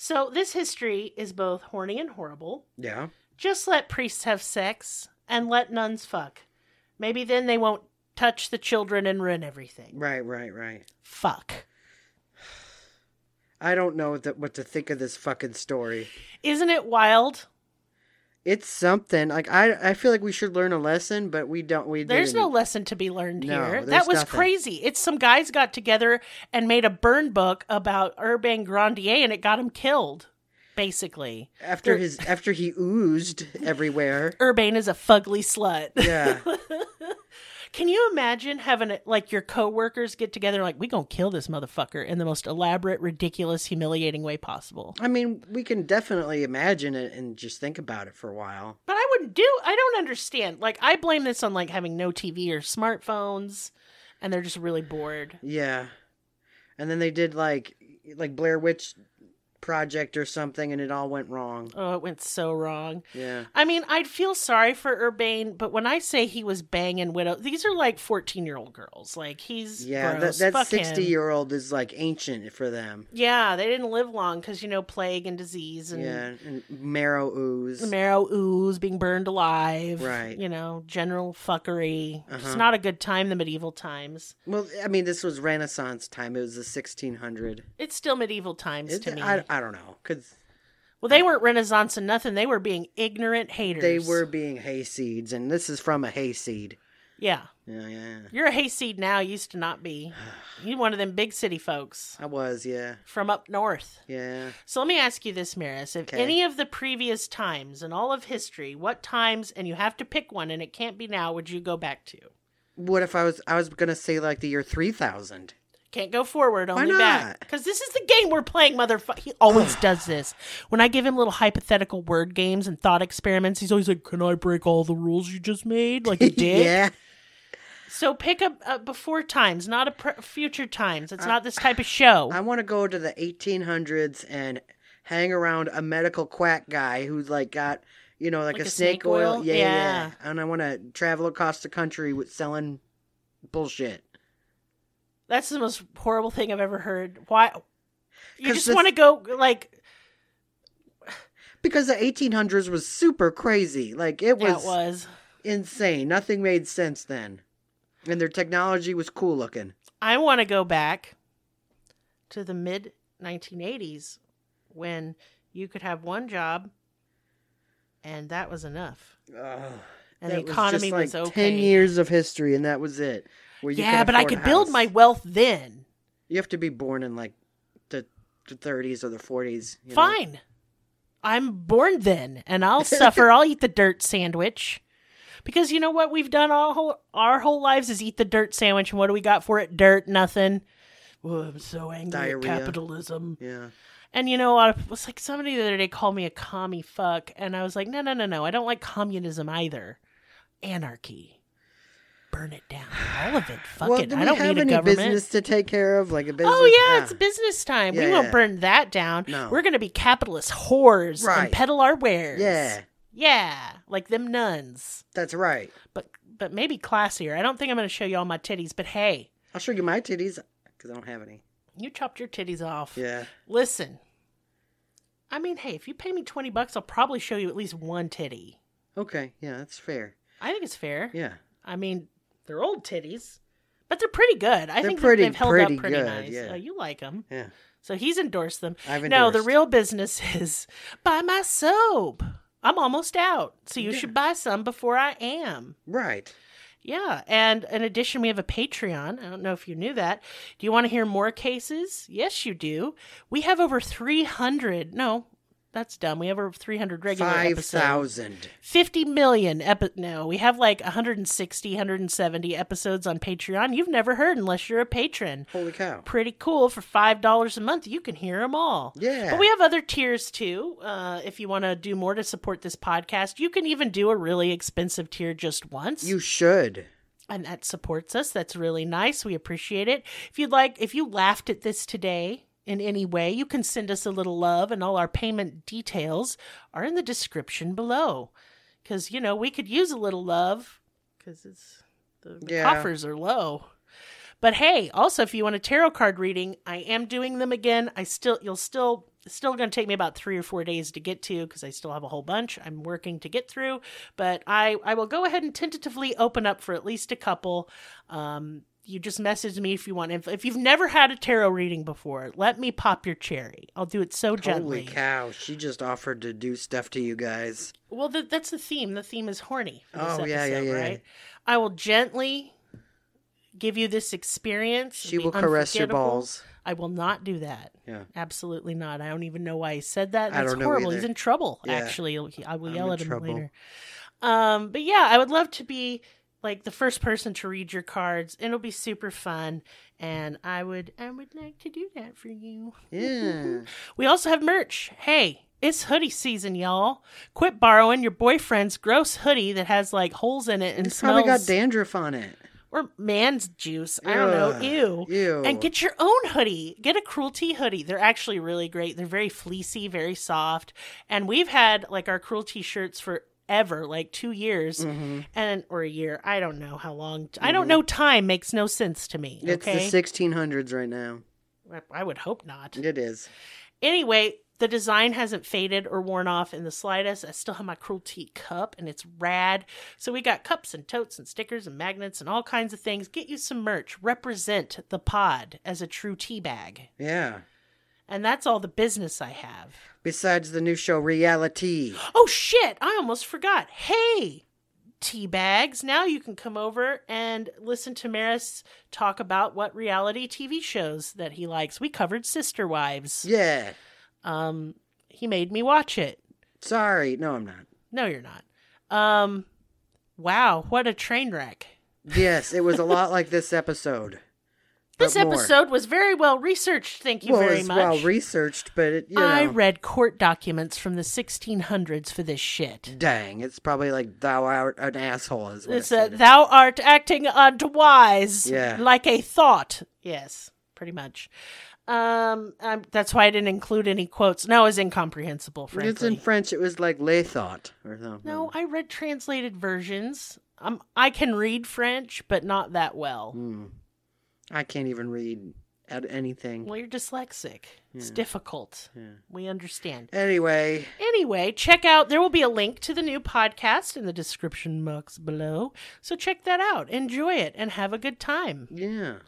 Speaker 1: So this history is both horny and horrible.
Speaker 2: Yeah.
Speaker 1: Just let priests have sex and let nuns fuck. Maybe then they won't touch the children and ruin everything.
Speaker 2: Right. Right. Right.
Speaker 1: Fuck.
Speaker 2: I don't know that what to think of this fucking story.
Speaker 1: Isn't it wild?
Speaker 2: It's something like I. I feel like we should learn a lesson, but we don't. We
Speaker 1: There's no
Speaker 2: didn't. e
Speaker 1: lesson to be learned
Speaker 2: No,
Speaker 1: here.
Speaker 2: there's
Speaker 1: That was
Speaker 2: nothing.
Speaker 1: crazy. It's some guys got together and made a burn book about Urbain Grandier and it got him killed, basically.
Speaker 2: after his after he oozed everywhere.
Speaker 1: Urbain is a fugly slut.
Speaker 2: Yeah.
Speaker 1: Can you imagine having like your coworkers get together like we going to kill this motherfucker in the most elaborate, ridiculous, humiliating way possible?
Speaker 2: I mean, we can definitely imagine it and just think about it for a while.
Speaker 1: But I wouldn't do I don't understand. Like I blame this on like having no TV or smartphones and they're just really bored.
Speaker 2: Yeah. And then they did like like Blair Witch project or something and it all went wrong.
Speaker 1: Oh, it went so wrong.
Speaker 2: Yeah.
Speaker 1: I mean, I'd feel sorry for Urbane, but when I say he was banging widow, these are like fourteen-year-old girls. Like he's
Speaker 2: Yeah,
Speaker 1: gross.
Speaker 2: that, that
Speaker 1: Fuck him.
Speaker 2: 60 year old is like ancient for them.
Speaker 1: Yeah, they didn't live long because you know plague and disease and
Speaker 2: Yeah, and marrow
Speaker 1: the
Speaker 2: ooze.
Speaker 1: marrow ooze being burned alive.
Speaker 2: Right.
Speaker 1: You know, general fuckery.
Speaker 2: Uh-huh.
Speaker 1: It's not a good time. The medieval times.
Speaker 2: well, I mean, this was Renaissance time. It was the 1600.
Speaker 1: It's still medieval times
Speaker 2: It-
Speaker 1: to me.
Speaker 2: I, I don't know. Because
Speaker 1: well, they weren't Renaissance and nothing. They were being ignorant haters.
Speaker 2: they were being hayseeds, and this is from a hayseed.
Speaker 1: Yeah,
Speaker 2: Yeah, yeah.
Speaker 1: you're a hayseed now. You Used to not be. You're one of them big city folks
Speaker 2: I was, yeah.
Speaker 1: from up north.
Speaker 2: Yeah.
Speaker 1: So let me ask you this, Maris. If
Speaker 2: Okay.
Speaker 1: any of the previous times in all of history, what times, and you have to pick one and it can't be now, would you go back to?
Speaker 2: What if I was, I was going to say like the year 3000.
Speaker 1: Can't go forward, only back.
Speaker 2: not?
Speaker 1: Because this is the game we're playing, motherfucker. He always does this. When I give him little hypothetical word games and thought experiments, he's always like, Can I break all the rules you just made? Like a dick.
Speaker 2: yeah.
Speaker 1: So pick up uh, before times, not a pr- future times. It's not this type of show.
Speaker 2: Uh, I want to go to the 1800s and hang around a medical quack guy who's like got, you know, like, a, snake, oil. Yeah, yeah. yeah. And I want to travel across the country with selling bullshit.
Speaker 1: That's the most horrible thing I've ever heard. Why? You
Speaker 2: 'Cause
Speaker 1: just
Speaker 2: this-
Speaker 1: want to go, like,
Speaker 2: Because the 1800s was super crazy. Like it
Speaker 1: yeah,
Speaker 2: was,
Speaker 1: it was.
Speaker 2: insane. Nothing made sense then. And their technology was cool looking.
Speaker 1: I want to go back to the mid 1980s when you could have one job and that was enough.
Speaker 2: Oh,
Speaker 1: And the economy was, okay.
Speaker 2: 10 years of history and that was it. Where you
Speaker 1: yeah, but I
Speaker 2: afford
Speaker 1: could
Speaker 2: a
Speaker 1: build
Speaker 2: house.
Speaker 1: my wealth then.
Speaker 2: You have to be born in like the, the 30s or the 40s. you know?
Speaker 1: Fine. I'm born then and I'll suffer. I'll eat the dirt sandwich. Because you know what we've done all whole, our whole lives is eat the dirt sandwich and what do we got for it? Dirt, nothing. Oh, I'm so angry at
Speaker 2: Diarrhea.
Speaker 1: capitalism.
Speaker 2: Yeah.
Speaker 1: And you know, I was like, somebody the other day called me a commie fuck, and I was like, no, no, no, no, I don't like communism either. Anarchy, burn it down, all of it. Fuck
Speaker 2: well,
Speaker 1: it.
Speaker 2: do
Speaker 1: I
Speaker 2: we
Speaker 1: don't
Speaker 2: have
Speaker 1: need a
Speaker 2: any
Speaker 1: government.
Speaker 2: business to take care of? Like a business?
Speaker 1: Oh yeah,
Speaker 2: Ah,
Speaker 1: it's business time.
Speaker 2: Yeah,
Speaker 1: we won't
Speaker 2: yeah.
Speaker 1: burn that down.
Speaker 2: No.
Speaker 1: We're gonna be capitalist whores
Speaker 2: Right.
Speaker 1: and peddle our wares.
Speaker 2: Yeah,
Speaker 1: yeah, like them nuns,
Speaker 2: that's right.
Speaker 1: but but maybe classier. I don't think I'm gonna show you all my titties, but hey,
Speaker 2: I'll show you my titties because I don't have any.
Speaker 1: you chopped your titties off.
Speaker 2: Yeah.
Speaker 1: Listen, I mean, hey, if you pay me 20 bucks, I'll probably show you at least one titty.
Speaker 2: Okay. Yeah, that's fair.
Speaker 1: I think it's fair.
Speaker 2: Yeah.
Speaker 1: I mean, they're old titties, but they're pretty good. I
Speaker 2: They're
Speaker 1: think that
Speaker 2: pretty-
Speaker 1: they've held
Speaker 2: pretty
Speaker 1: up pretty
Speaker 2: good,
Speaker 1: nice.
Speaker 2: yeah.
Speaker 1: Uh, you like them.
Speaker 2: Yeah.
Speaker 1: So he's endorsed them.
Speaker 2: I've
Speaker 1: No, the
Speaker 2: endorsed.
Speaker 1: real business is buy my soap. I'm almost out. So you
Speaker 2: Yeah.
Speaker 1: should buy some before I am.
Speaker 2: Right.
Speaker 1: Yeah. And in addition, we have a Patreon. I don't know if you knew that. Do you want to hear more cases? Yes, you do. We have over 300. No, that's dumb. We have over 300 regular
Speaker 2: Five
Speaker 1: episodes.
Speaker 2: thousand.
Speaker 1: 50 million epi- no we have like 160 170 episodes on patreon you've never heard unless you're a patron
Speaker 2: Holy cow.
Speaker 1: pretty cool for five dollars a month you can hear them all
Speaker 2: Yeah.
Speaker 1: but we have other tiers too uh, if you want to do more to support this podcast you can even do a really expensive tier just once
Speaker 2: You should.
Speaker 1: and that supports us. That's really nice. We appreciate it. If you'd like, if you laughed at this today in any way, you can send us a little love, and all our payment details are in the description below. Because, you know, we could use a little love because it's the, the
Speaker 2: Yeah.
Speaker 1: coffers are low. But hey, also if you want a tarot card reading, I am doing them again. I still you'll still it's still going to take me about 3 or 4 days to get to cuz I still have a whole bunch I'm working to get through, but I I will go ahead and tentatively open up for at least a couple. Um you just message me if you want. If, if you've never had a tarot reading before, let me pop your cherry. I'll do it so gently.
Speaker 2: Holy cow. She just offered to do stuff to you guys.
Speaker 1: Well, th that's the theme. The theme is horny. for this
Speaker 2: Oh, yeah, yeah,
Speaker 1: episode,
Speaker 2: yeah.
Speaker 1: Right? I will gently give you this experience.
Speaker 2: She
Speaker 1: It'll
Speaker 2: will
Speaker 1: be
Speaker 2: caress your
Speaker 1: unforgettable.
Speaker 2: balls.
Speaker 1: I will not do that.
Speaker 2: Yeah.
Speaker 1: Absolutely not. I don't even know why he said that.
Speaker 2: I
Speaker 1: That's
Speaker 2: don't know
Speaker 1: horrible. He's
Speaker 2: either.
Speaker 1: in trouble.
Speaker 2: Yeah.
Speaker 1: Actually, He- I will
Speaker 2: I'm
Speaker 1: yell
Speaker 2: in
Speaker 1: at him
Speaker 2: trouble.
Speaker 1: later. Um, but yeah, I would love to be like the first person to read your cards. It'll be super fun, and I would I would like to do that for you.
Speaker 2: Yeah.
Speaker 1: We also have merch. Hey, it's hoodie season, y'all. Quit borrowing your boyfriend's gross hoodie that has like holes in it and
Speaker 2: It's
Speaker 1: smells.
Speaker 2: probably got dandruff on it.
Speaker 1: or man's juice. I don't know.
Speaker 2: Ugh.
Speaker 1: Ew.
Speaker 2: Ew.
Speaker 1: And get your own hoodie. Get a cruelty hoodie. They're actually really great. They're very fleecy, very soft. And we've had like our cruelty shirts forever, like two years
Speaker 2: Mhm.
Speaker 1: and or a year. I don't know how long. I
Speaker 2: Mhm.
Speaker 1: don't know. Time makes no sense to me.
Speaker 2: It's
Speaker 1: okay,
Speaker 2: the 1600s right now.
Speaker 1: I- I would hope not.
Speaker 2: It is.
Speaker 1: Anyway, the design hasn't faded or worn off in the slightest. I still have my cruelty cup and it's rad. So we got cups and totes and stickers and magnets and all kinds of things. Get you some merch. Represent the pod as a true tea bag.
Speaker 2: Yeah.
Speaker 1: And that's all the business I have.
Speaker 2: Besides the new show, Reality.
Speaker 1: Oh shit, I almost forgot. Hey, tea bags, now you can come over and listen to Maris talk about what reality TV shows that he likes. We covered Sister Wives.
Speaker 2: Yeah.
Speaker 1: Um he made me watch it.
Speaker 2: Sorry. No, I'm not.
Speaker 1: No, you're not. Um, wow, what a train wreck.
Speaker 2: Yes, it was a lot like this episode. but
Speaker 1: This
Speaker 2: more.
Speaker 1: episode was very well researched. Thank you
Speaker 2: well,
Speaker 1: very
Speaker 2: it's
Speaker 1: much.
Speaker 2: well researched, but it, you know,
Speaker 1: I read court documents from the 1600s for this shit.
Speaker 2: dang, it's probably like thou art an asshole is what it
Speaker 1: It's a,
Speaker 2: said.
Speaker 1: thou art acting unwise,
Speaker 2: Yeah.
Speaker 1: like a thought. Yes, pretty much. Um, um, that's why I didn't include any quotes. No, it's incomprehensible, frankly.
Speaker 2: It's in French. It was like lay thought or something.
Speaker 1: no, I read translated versions. Um, I can read French, but not that well.
Speaker 2: Hmm. I can't even read at anything.
Speaker 1: Well, you're dyslexic. It's
Speaker 2: Mm. Yeah.
Speaker 1: difficult.
Speaker 2: Yeah.
Speaker 1: We understand.
Speaker 2: Anyway,
Speaker 1: Anyway, check out, there will be a link to the new podcast in the description box below. So check that out. Enjoy it and have a good time.
Speaker 2: yeah.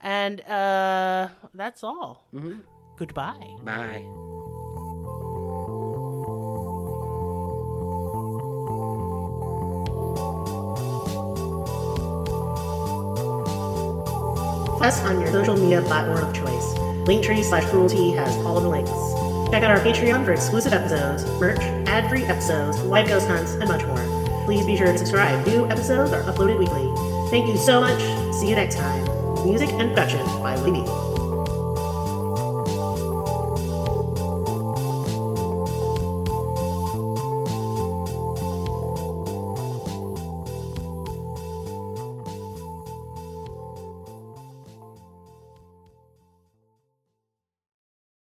Speaker 1: And uh, that's all.
Speaker 2: Mhm.
Speaker 1: Goodbye.
Speaker 2: Bye.
Speaker 1: Us on your social media platform of choice. Linktree slash Cruelty has all the links. Check out our Patreon for exclusive episodes, merch, ad-free episodes, live ghost hunts, and much more. Please be sure to subscribe. New episodes are uploaded weekly. Thank you so much. See you next time. Music and production by Libby.